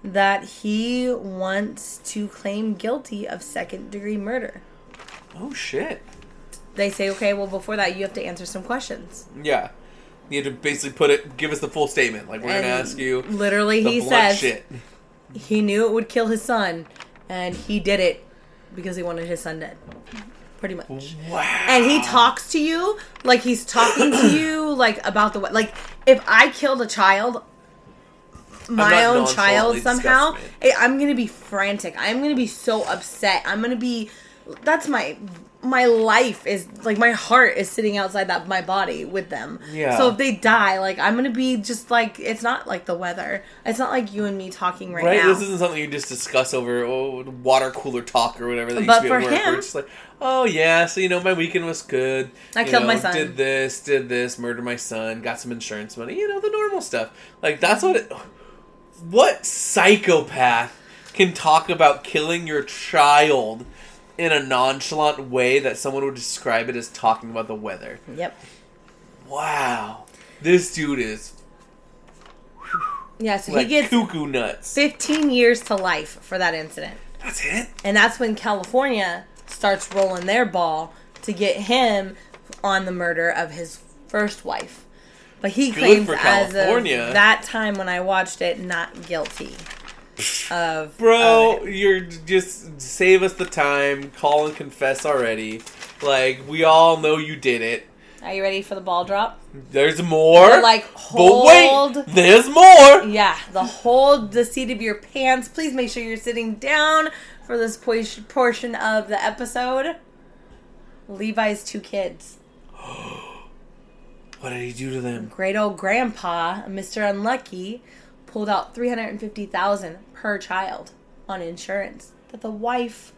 Speaker 2: that he wants to claim guilty of second degree murder.
Speaker 1: oh shit.
Speaker 2: They say, okay, well, before that, you have to answer some questions.
Speaker 1: Yeah. You had to basically put it, give us the full statement. Like, we're going to
Speaker 2: And
Speaker 1: ask you the
Speaker 2: Literally, he
Speaker 1: blunt
Speaker 2: says
Speaker 1: shit.
Speaker 2: he knew it would kill his son, and he did it because he wanted his son dead. Pretty much.
Speaker 1: Wow.
Speaker 2: and he talks to you like he's talking
Speaker 1: [clears throat]
Speaker 2: to you like about the way like if i killed a child my
Speaker 1: not
Speaker 2: own
Speaker 1: nonchalantly
Speaker 2: child somehow
Speaker 1: disgusted.
Speaker 2: eh, i'm gonna be frantic i'm gonna be so upset i'm gonna be that's my my life is like my heart is sitting outside that my body with them
Speaker 1: Yeah.
Speaker 2: so if they die like i'm gonna be just like it's not like the weather it's not like you and me talking right,
Speaker 1: Right?
Speaker 2: now
Speaker 1: This isn't something you just discuss over oh, water cooler talk or whatever that used to
Speaker 2: But
Speaker 1: be at
Speaker 2: for
Speaker 1: work.
Speaker 2: him-
Speaker 1: We're just like, oh, yeah, so, you know, my weekend was good.
Speaker 2: I
Speaker 1: You
Speaker 2: killed my
Speaker 1: know,
Speaker 2: son.
Speaker 1: Did this, did this, murdered my son, got some insurance money. You know, the normal stuff. Like, that's what it. What psychopath can talk about killing your child in a nonchalant way that someone would describe it as talking about the weather?
Speaker 2: yep
Speaker 1: Wow. This dude is
Speaker 2: yeah so
Speaker 1: like
Speaker 2: he gets
Speaker 1: cuckoo nuts.
Speaker 2: 15 years to life for that incident
Speaker 1: That's it?
Speaker 2: And that's when California starts rolling their ball to get him on the murder of his first wife. But he claims
Speaker 1: for
Speaker 2: as of
Speaker 1: California.
Speaker 2: that time when I watched it, not guilty of
Speaker 1: Bro,
Speaker 2: of it.
Speaker 1: you're just save us the time, call and confess already. Like, we all know you did it.
Speaker 2: Are you ready for the ball drop?
Speaker 1: There's more.
Speaker 2: But, like,
Speaker 1: But
Speaker 2: hold-
Speaker 1: wait, there's more.
Speaker 2: Yeah, the whole the seat of your pants. Please make sure you're sitting down for this po- portion of the episode. Levi's two kids.
Speaker 1: What did he do to them?
Speaker 2: great old grandpa, Mr. Unlucky, pulled out 350,000 per child on insurance that the wife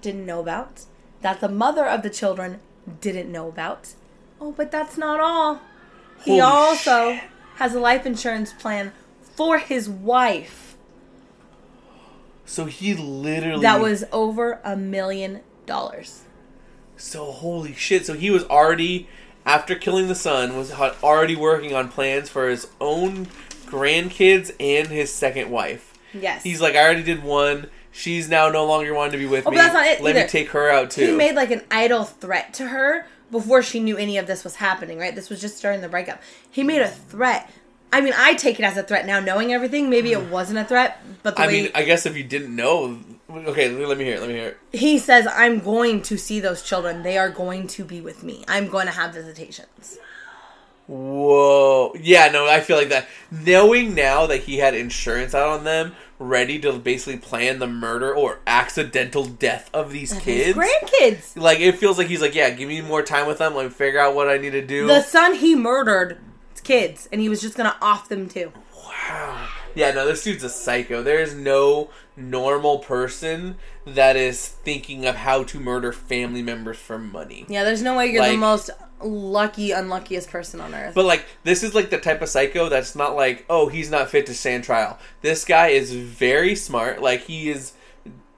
Speaker 2: didn't know about, that the mother of the children didn't know about. Oh, but that's not all.
Speaker 1: Holy
Speaker 2: he also
Speaker 1: shit.
Speaker 2: has a life insurance plan for his wife
Speaker 1: So he literally.
Speaker 2: that was over a million dollars.
Speaker 1: So holy shit! So he was already after killing the son was had already working on plans for his own grandkids and his second wife.
Speaker 2: Yes.
Speaker 1: He's like, I already did one. She's now no longer wanting to be with me.
Speaker 2: Oh, but that's not it
Speaker 1: Let me
Speaker 2: either.
Speaker 1: take her out too.
Speaker 2: He made like an idle threat to her before she knew any of this was happening, right? This was just during the breakup. He made a threat. I mean, I take it as a threat now, knowing everything. Maybe it wasn't a threat, but the
Speaker 1: I
Speaker 2: way
Speaker 1: mean, I guess if you didn't know, okay, let me hear it. Let me hear it.
Speaker 2: he says, I'm going to see those children. They are going to be with me. I'm going to have visitations.
Speaker 1: Whoa. Yeah, no, I feel like that. Knowing now that he had insurance out on them, ready to basically plan the murder or accidental death of these
Speaker 2: His
Speaker 1: kids.
Speaker 2: grandkids.
Speaker 1: Like it feels like he's like, yeah, give me more time with them. Let me figure out what I need to do.
Speaker 2: The son he murdered, his kids, and he was just going to off them too.
Speaker 1: wow. Yeah, no, this dude's a psycho. There is no normal person that is thinking of how to murder family members for money.
Speaker 2: Yeah, there's no way you're the
Speaker 1: Like-
Speaker 2: most lucky, unluckiest person on earth.
Speaker 1: But like, this is like the type of psycho that's not like, oh, he's not fit to stand trial. This guy is very smart. Like he is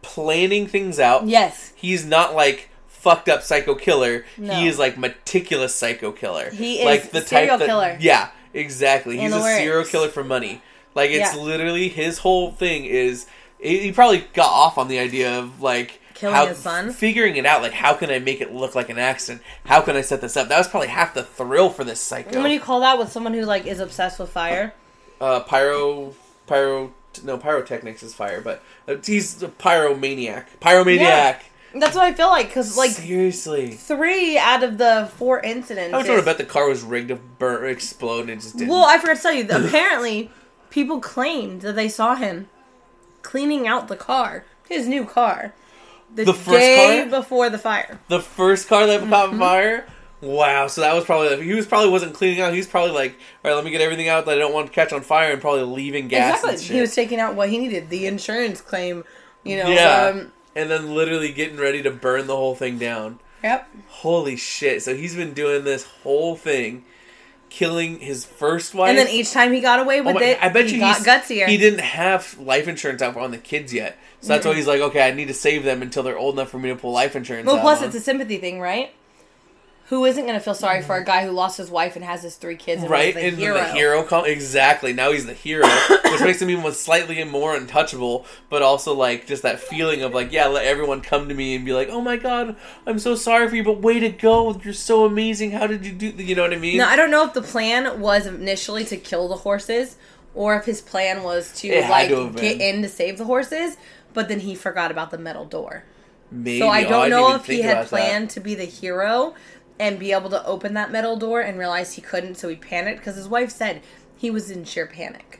Speaker 1: planning things out.
Speaker 2: yes.
Speaker 1: He's not like fucked up psycho killer.
Speaker 2: No.
Speaker 1: He is like meticulous psycho killer.
Speaker 2: He is
Speaker 1: like
Speaker 2: serial killer.
Speaker 1: Yeah, exactly. He's
Speaker 2: the
Speaker 1: a serial
Speaker 2: works.
Speaker 1: killer for money. Like it's
Speaker 2: Yeah.
Speaker 1: literally his whole thing is he he probably got off on the idea of like
Speaker 2: Killing his son?
Speaker 1: figuring it out. Like how can I make it look like an accident? How can I set this up? That was probably half the thrill for this psycho.
Speaker 2: What do you call that with someone who like is obsessed with fire?
Speaker 1: uh, pyro pyro no pyrotechnics is fire, but uh, he's a pyromaniac. Pyromaniac.
Speaker 2: Yeah. That's what I feel like because like
Speaker 1: seriously,
Speaker 2: three out of the four incidents.
Speaker 1: I was trying to bet the car was rigged to burn, explode, and it just didn't.
Speaker 2: Well, I forgot to tell you. Apparently, people claimed that they saw him cleaning out the car, his new car, the,
Speaker 1: The first
Speaker 2: day
Speaker 1: car?
Speaker 2: before the fire.
Speaker 1: The first car that caught
Speaker 2: Mm-hmm.
Speaker 1: fire. Wow. So that was probably he was probably wasn't cleaning out. He was probably like, all right, let me get everything out that I don't want to catch on fire, and probably leaving gas.
Speaker 2: exactly.
Speaker 1: And shit.
Speaker 2: He was taking out what he needed, the insurance claim, you know.
Speaker 1: yeah.
Speaker 2: Um,
Speaker 1: and then literally getting ready to burn the whole thing down.
Speaker 2: yep.
Speaker 1: Holy shit! So he's been doing this whole thing, killing his first wife.
Speaker 2: And then each time he got away
Speaker 1: Oh
Speaker 2: with
Speaker 1: my-
Speaker 2: it,
Speaker 1: I bet
Speaker 2: he
Speaker 1: you
Speaker 2: got
Speaker 1: he's-
Speaker 2: gutsier.
Speaker 1: He didn't have life insurance out on the kids yet, so that's why he's like, okay, I need to save them until they're old enough for me to pull life insurance.
Speaker 2: Well,
Speaker 1: out
Speaker 2: plus
Speaker 1: on.
Speaker 2: it's a sympathy thing, right? Who isn't going to feel sorry for a guy who lost his wife and has his three kids? And
Speaker 1: right
Speaker 2: was the
Speaker 1: and
Speaker 2: hero.
Speaker 1: then the hero com- exactly now he's the
Speaker 2: [coughs]
Speaker 1: hero which makes him even slightly more untouchable but also like just that feeling of like yeah let everyone come to me and be like oh my god i'm so sorry for you but way to go you're so amazing how did you do th-" you know what i mean
Speaker 2: Now I don't know if the plan was initially to kill the horses, or if his plan was to
Speaker 1: It had
Speaker 2: like
Speaker 1: to have
Speaker 2: get
Speaker 1: been.
Speaker 2: in to save the horses, but then he forgot about the metal door.
Speaker 1: Maybe.
Speaker 2: So I
Speaker 1: Oh,
Speaker 2: don't
Speaker 1: didn't
Speaker 2: know
Speaker 1: even
Speaker 2: if he
Speaker 1: think
Speaker 2: had
Speaker 1: about that.
Speaker 2: planned to be the hero and be able to open that metal door and realized he couldn't, so he panicked because his wife said he was in sheer panic.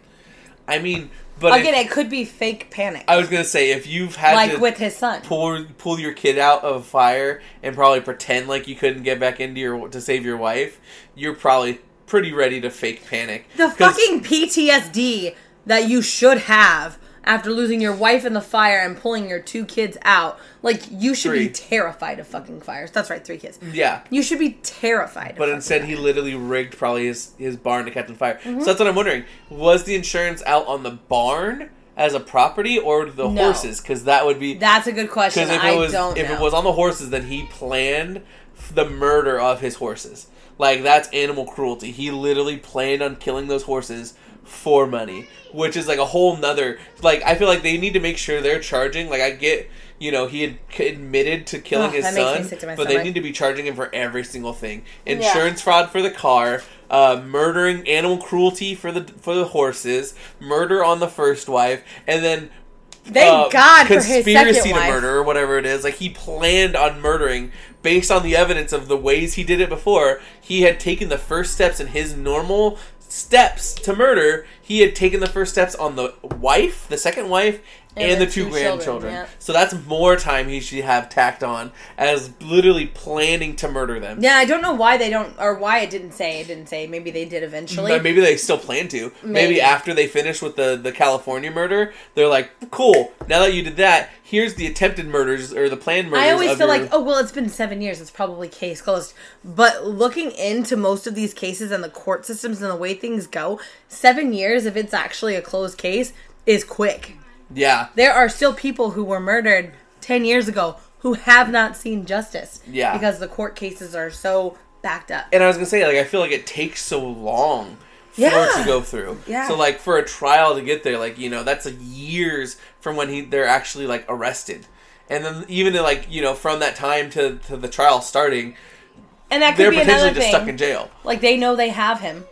Speaker 1: i mean but if-
Speaker 2: Again, it could be fake panic,
Speaker 1: i was gonna say if you've had
Speaker 2: like
Speaker 1: to
Speaker 2: with his son.
Speaker 1: pull pull your kid out of a fire and probably pretend like you couldn't get back into your to save your wife you're probably pretty ready to fake panic
Speaker 2: The
Speaker 1: 'Cause-
Speaker 2: fucking PTSD that you should have after losing your wife in the fire and pulling your two kids out. Like, you should
Speaker 1: Three.
Speaker 2: be terrified of fucking fires. That's right, three kids.
Speaker 1: yeah
Speaker 2: You should be terrified.
Speaker 1: But
Speaker 2: of fucking Mm-hmm.
Speaker 1: instead, he literally rigged probably his, his barn to catch on fire. So that's what I'm wondering: was the insurance out on the barn as a property or the
Speaker 2: No.
Speaker 1: horses? Because that would be
Speaker 2: That's a good question.
Speaker 1: because if
Speaker 2: I
Speaker 1: it was
Speaker 2: don't
Speaker 1: if
Speaker 2: know.
Speaker 1: it was on the horses, then he planned f- the murder of his horses. Like that's animal cruelty. He literally planned on killing those horses for money, which is like a whole nother. Like I feel like they need to make sure they're charging. Like I get, you know, he had c- admitted to killing
Speaker 2: Ugh,
Speaker 1: his
Speaker 2: that makes me
Speaker 1: son,
Speaker 2: sick to my
Speaker 1: but they
Speaker 2: stomach.
Speaker 1: need to be charging him for every single thing: insurance fraud for the car, uh, murdering, animal cruelty for the for the horses, murder on the first wife, and then
Speaker 2: Thank
Speaker 1: uh,
Speaker 2: God for his second
Speaker 1: to
Speaker 2: wife.
Speaker 1: murder or whatever it is. Like he planned on murdering based on the evidence of the ways he did it before. He had taken the first steps in his normal steps to murder. He had taken the first steps on the wife, the second wife, and, the, two, grandchildren.
Speaker 2: yeah.
Speaker 1: So that's more time he should have tacked on as literally planning to murder them.
Speaker 2: yeah, I don't know why they don't, or why it didn't say. It didn't say. Maybe they did eventually.
Speaker 1: But maybe they still plan to. Maybe.
Speaker 2: Maybe.
Speaker 1: after they finish with the, the California murder, they're like, cool, now that you did that, here's the attempted murders or the planned murders.
Speaker 2: I always
Speaker 1: of
Speaker 2: feel
Speaker 1: your-
Speaker 2: like, oh well, it's been seven years. It's probably case closed. But looking into most of these cases and the court systems and the way things go, seven years, if it's actually a closed case, is quick.
Speaker 1: Yeah.
Speaker 2: There are still people who were murdered ten years ago who have not seen justice.
Speaker 1: Yeah.
Speaker 2: because the court cases are so backed up.
Speaker 1: And I was gonna say, like, I feel like it takes so long for it
Speaker 2: Yeah.
Speaker 1: to go through.
Speaker 2: Yeah.
Speaker 1: So like for a trial to get there, like, you know, that's like years from when he they're actually like arrested. And then even like, you know, from that time to, to the trial starting,
Speaker 2: And that
Speaker 1: they're
Speaker 2: could be
Speaker 1: potentially
Speaker 2: another
Speaker 1: just
Speaker 2: thing.
Speaker 1: stuck in jail.
Speaker 2: like they know they have him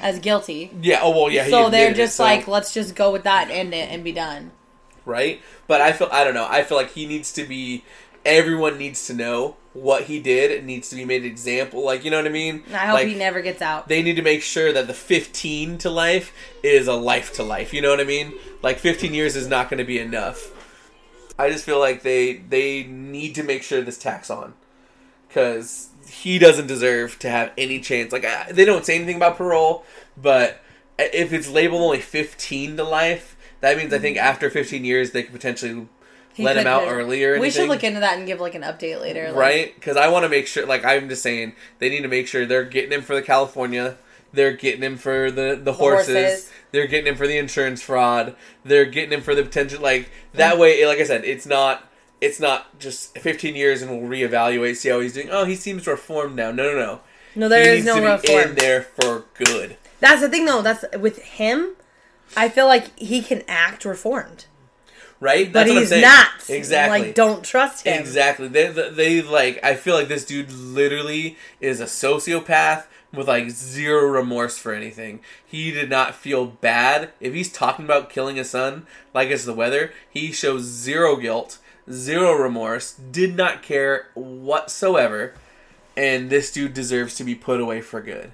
Speaker 2: as guilty,
Speaker 1: Yeah, oh well yeah, he
Speaker 2: so they're
Speaker 1: admitted it,
Speaker 2: just
Speaker 1: so-
Speaker 2: like, let's just go with that and end it and be done.
Speaker 1: right? But I feel I don't know. I feel like he needs to be. Everyone needs to know what he did. It needs to be made example. Like you know what I mean?
Speaker 2: And I hope
Speaker 1: like,
Speaker 2: he never gets out.
Speaker 1: They need to make sure that the fifteen to life is a life to life. You know what I mean? Like fifteen years is not going to be enough. I just feel like they they need to make sure this tax on because he doesn't deserve to have any chance. Like I, they don't say anything about parole, but i- if it's labeled only fifteen to life, that means I think after fifteen years they could potentially
Speaker 2: He
Speaker 1: let him
Speaker 2: could
Speaker 1: out
Speaker 2: have-
Speaker 1: earlier.
Speaker 2: We should look into that and give like an update later. like-
Speaker 1: right because I want to make sure. Like I'm just saying, they need to make sure they're getting him for the California. They're getting him for the, the horses.
Speaker 2: horses.
Speaker 1: They're getting him for the insurance fraud. They're getting him for the potential like
Speaker 2: Mm.
Speaker 1: that way. Like I said, it's not it's not just 15 years and we'll reevaluate, see how he's doing. Oh, he seems reformed now. No, no, no.
Speaker 2: No, there
Speaker 1: he
Speaker 2: is no
Speaker 1: to be in
Speaker 2: reform.
Speaker 1: there for good.
Speaker 2: That's the thing, though. That's with him. I feel like he can act reformed,
Speaker 1: Right?
Speaker 2: but
Speaker 1: That's what I'm
Speaker 2: he's
Speaker 1: saying.
Speaker 2: not.
Speaker 1: Exactly.
Speaker 2: Like, don't trust him.
Speaker 1: Exactly. They, they they, like I feel like this dude literally is a sociopath with like zero remorse for anything. He did not feel bad. If he's talking about killing his son like it's the weather, he shows zero guilt, zero remorse, did not care whatsoever, and this dude deserves to be put away for good.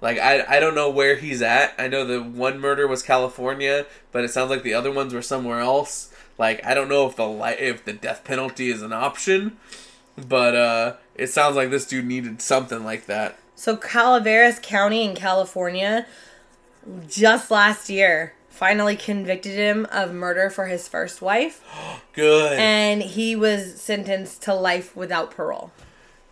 Speaker 1: Like I I don't know where he's at. I know the one murder was California, but it sounds like the other ones were somewhere else. Like I don't know if the li- if the death penalty is an option, but uh it sounds like this dude needed something like that.
Speaker 2: So Calaveras County in California just last year finally convicted him of murder for his first wife
Speaker 1: Good.
Speaker 2: and he was sentenced to life without parole.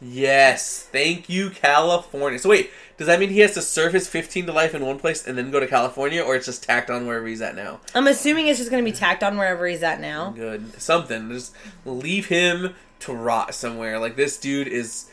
Speaker 1: yes. Thank you California. So wait, does that mean he has to serve his 15 to life in one place and then go to California or it's just tacked on wherever he's at now?
Speaker 2: I'm assuming it's just going to be tacked on wherever he's at now.
Speaker 1: good something just leave him to rot somewhere like this dude is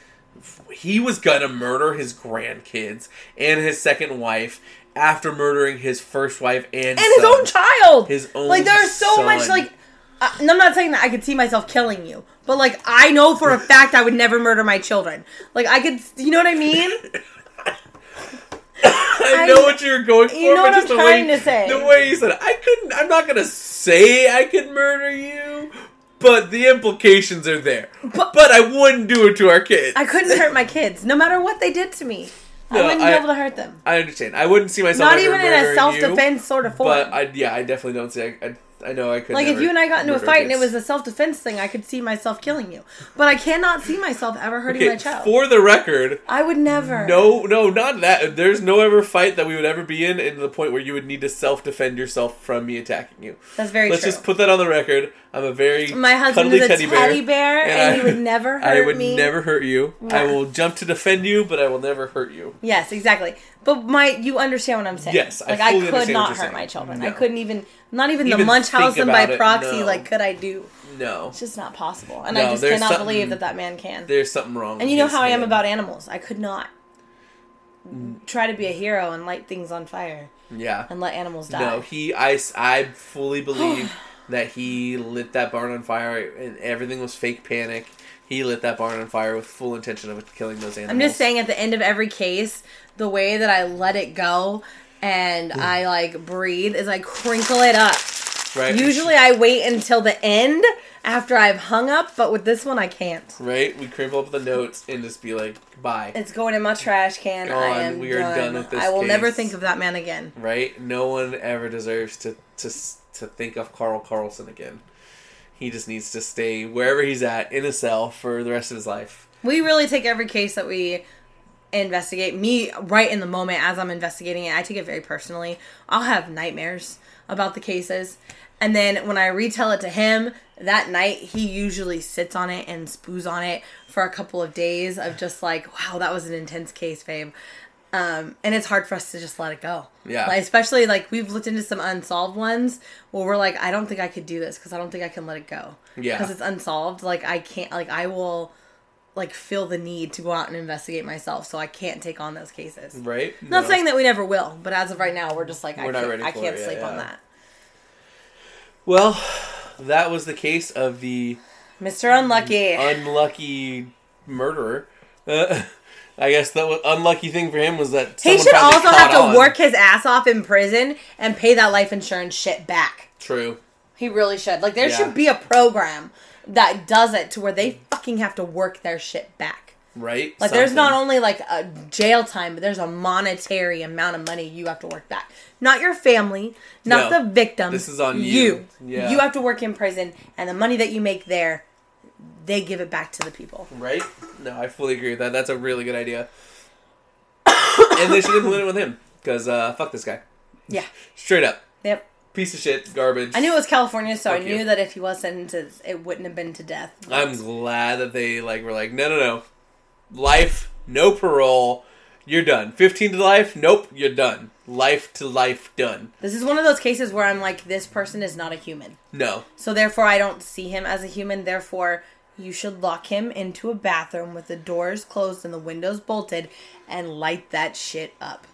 Speaker 1: he was gonna murder his grandkids and his second wife after murdering his first wife and,
Speaker 2: And his own child.
Speaker 1: His own
Speaker 2: Like there's so much
Speaker 1: son.
Speaker 2: like uh, and I'm not saying that I could see myself killing you, but like I know for a fact I would never murder my children. Like I could, you know what I mean?
Speaker 1: [laughs] I know what you're going for.
Speaker 2: know
Speaker 1: but
Speaker 2: what
Speaker 1: just
Speaker 2: I'm
Speaker 1: the
Speaker 2: trying
Speaker 1: way,
Speaker 2: to say.
Speaker 1: The way you said, it. I couldn't. I'm not gonna say I could murder you, but the implications are there. But,
Speaker 2: But-
Speaker 1: I wouldn't do it to our kids.
Speaker 2: I couldn't hurt my kids, no matter what they did to me. I
Speaker 1: No,
Speaker 2: wouldn't
Speaker 1: I-
Speaker 2: be able to hurt them.
Speaker 1: I understand. I wouldn't see myself.
Speaker 2: Not
Speaker 1: ever
Speaker 2: even in
Speaker 1: murdering
Speaker 2: a
Speaker 1: you.
Speaker 2: self-defense sort of form.
Speaker 1: But I, yeah, I definitely don't see. I, I, I know I could.
Speaker 2: like if
Speaker 1: never
Speaker 2: you and I got into a
Speaker 1: murder
Speaker 2: fight and it
Speaker 1: kids.
Speaker 2: was a self-defense thing, I could see myself killing you, but I cannot see myself ever hurting
Speaker 1: okay,
Speaker 2: my child.
Speaker 1: for the record.
Speaker 2: I would never.
Speaker 1: No, no, not that. There's no ever fight that we would ever be in, in the point where you would need to self defend yourself from me attacking you.
Speaker 2: that's very
Speaker 1: Let's
Speaker 2: true.
Speaker 1: just put that on the record. I'm a very
Speaker 2: my husband
Speaker 1: cuddly
Speaker 2: is a teddy bear, and,
Speaker 1: I-
Speaker 2: he would never hurt
Speaker 1: I would
Speaker 2: me.
Speaker 1: never hurt you. I
Speaker 2: Yeah.
Speaker 1: will jump to defend you, but I will never hurt you.
Speaker 2: Yes, exactly. But my, you understand what I'm saying?
Speaker 1: Yes, I
Speaker 2: like I,
Speaker 1: fully
Speaker 2: could
Speaker 1: understand what
Speaker 2: not
Speaker 1: you're
Speaker 2: hurt
Speaker 1: saying.
Speaker 2: my children.
Speaker 1: No.
Speaker 2: I couldn't even, not even,
Speaker 1: Even
Speaker 2: the Munchausen
Speaker 1: think
Speaker 2: by
Speaker 1: about it,
Speaker 2: proxy.
Speaker 1: no.
Speaker 2: Like, could I do? [laughs]
Speaker 1: No,
Speaker 2: It's just not possible, and
Speaker 1: No,
Speaker 2: I just
Speaker 1: there's
Speaker 2: cannot
Speaker 1: something-
Speaker 2: believe that that man can.
Speaker 1: there's something wrong.
Speaker 2: And you know
Speaker 1: with
Speaker 2: how I am
Speaker 1: him. Mm.
Speaker 2: about animals. I could not try to be a hero and light things on fire
Speaker 1: yeah.
Speaker 2: and let animals die.
Speaker 1: No, he. I. s- I fully
Speaker 2: [sighs]
Speaker 1: believe that he lit that barn on fire, and everything was fake panic. He lit that barn on fire with full intention of killing those animals.
Speaker 2: I'm just saying, at the end of every case, the way that I let it go and
Speaker 1: Mm.
Speaker 2: I like breathe is I crinkle it up.
Speaker 1: right?
Speaker 2: Usually I wait until the end after I've hung up, but with this one I can't.
Speaker 1: right? We crimple up the notes and just be like, "Bye."
Speaker 2: It's going in my trash can.
Speaker 1: Gone.
Speaker 2: I am
Speaker 1: We are
Speaker 2: done.
Speaker 1: done with this
Speaker 2: I will never
Speaker 1: case.
Speaker 2: think of that man again.
Speaker 1: Right? No one ever deserves to to s- to think of Carl Carlson again. He just needs to stay wherever he's at in a cell for the rest of his life.
Speaker 2: We really take every case that we investigate. Me, right in the moment as I'm investigating it, I take it very personally. I'll have nightmares about the cases. And then when I retell it to him that night, he usually sits on it and spoos on it for a couple of days of just like, wow, that was an intense case, babe. Um, and it's hard for us to just let it go.
Speaker 1: Yeah.
Speaker 2: Like, especially like we've looked into some unsolved ones where we're like, I don't think I could do this because I don't think I can let it go.
Speaker 1: Yeah.
Speaker 2: Because it's unsolved. Like I can't. Like I will. Like feel the need to go out and investigate myself, so I can't take on those cases.
Speaker 1: Right?
Speaker 2: Not
Speaker 1: No.
Speaker 2: saying that we never will, but as of right now, we're just like I
Speaker 1: Mm, We're not
Speaker 2: can't.
Speaker 1: ready
Speaker 2: I
Speaker 1: for
Speaker 2: can't
Speaker 1: it yet,
Speaker 2: sleep on
Speaker 1: yeah.
Speaker 2: that.
Speaker 1: Well, that was the case of the
Speaker 2: Mister Unlucky.
Speaker 1: Mm, oh, unlucky murderer. Uh, [laughs] I guess the w- unlucky thing for him was that
Speaker 2: he
Speaker 1: someone
Speaker 2: should
Speaker 1: finally
Speaker 2: also
Speaker 1: caught
Speaker 2: have to
Speaker 1: on.
Speaker 2: work his ass off in prison and pay that life insurance shit back.
Speaker 1: True.
Speaker 2: He really should. Like there
Speaker 1: Yeah.
Speaker 2: should be a program that does it to where they fucking have to work their shit back.
Speaker 1: Right?
Speaker 2: Like there's
Speaker 1: Something.
Speaker 2: not only like a jail time, but there's a monetary amount of money you have to work back. Not your family, not
Speaker 1: No.
Speaker 2: the victims.
Speaker 1: This is on you. Yeah.
Speaker 2: You have to work in prison, and the money that you make there, they give it back to the people.
Speaker 1: Right? No, I fully agree with that. That's a really good idea. [coughs] and they should implement it with him. Because, uh, fuck this guy.
Speaker 2: Yeah.
Speaker 1: Straight up.
Speaker 2: Yep.
Speaker 1: Piece of shit. Garbage.
Speaker 2: I knew it was California, so I
Speaker 1: Fuck
Speaker 2: knew
Speaker 1: you.
Speaker 2: that if he was sentenced, it wouldn't have been to death.
Speaker 1: I'm glad that they, like, were like, no, no, no. Life, no parole. You're done. 15 to life, nope, you're done. Life to life, done.
Speaker 2: This is one of those cases where I'm like, this person is not a human.
Speaker 1: No.
Speaker 2: So therefore, I don't see him as a human. Therefore, you should lock him into a bathroom with the doors closed and the windows bolted, and light that shit up.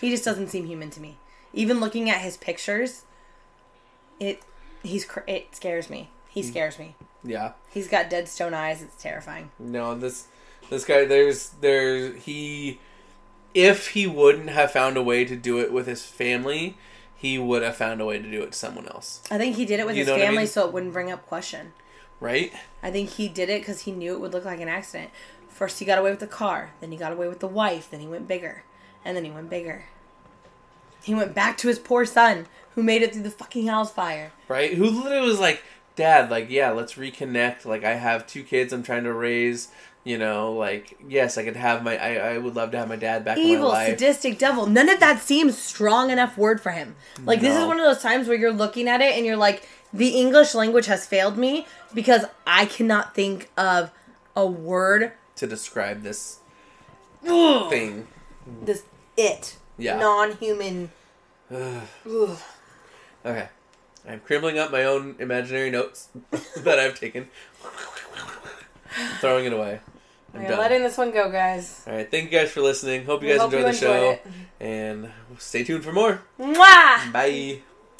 Speaker 2: He just doesn't seem human to me. Even looking at his pictures, it he's cr- it scares me. He
Speaker 1: Mm.
Speaker 2: scares me.
Speaker 1: Yeah.
Speaker 2: He's got dead stone eyes. It's terrifying.
Speaker 1: No, this this guy there's there's he if he wouldn't have found a way to do it with his family, he would have found a way to do it to someone else.
Speaker 2: I think he did it with
Speaker 1: You know
Speaker 2: his
Speaker 1: what I
Speaker 2: family,
Speaker 1: mean?
Speaker 2: so it wouldn't bring up question.
Speaker 1: Right?
Speaker 2: I think he did it because he knew it would look like an accident. First, he got away with the car. Then he got away with the wife. Then he went bigger. and then he went bigger. He went back to his poor son who made it through the fucking house fire.
Speaker 1: right? Who literally was like, Dad, like, yeah, let's reconnect. Like, I have two kids I'm trying to raise. You know, like, yes, I could have my, I, I would love to have my dad back in my
Speaker 2: Evil,
Speaker 1: life.
Speaker 2: sadistic devil. None of that seems strong enough word for him. Like this is
Speaker 1: No.
Speaker 2: one of those times where you're looking at it and you're like, the English language has failed me because I cannot think of a word.
Speaker 1: to describe this
Speaker 2: Ugh.
Speaker 1: thing.
Speaker 2: This it.
Speaker 1: Yeah. [sighs]
Speaker 2: Non-human. Ugh.
Speaker 1: Okay. I'm crumbling up my own imaginary notes [laughs] that I've taken, [laughs] throwing it away. I'm
Speaker 2: We're
Speaker 1: done.
Speaker 2: letting this one go, guys.
Speaker 1: All right. Thank you guys for listening. Hope you
Speaker 2: We
Speaker 1: guys
Speaker 2: hope
Speaker 1: enjoyed
Speaker 2: you
Speaker 1: the show.
Speaker 2: enjoyed
Speaker 1: And stay tuned for more.
Speaker 2: Mwah!
Speaker 1: Bye.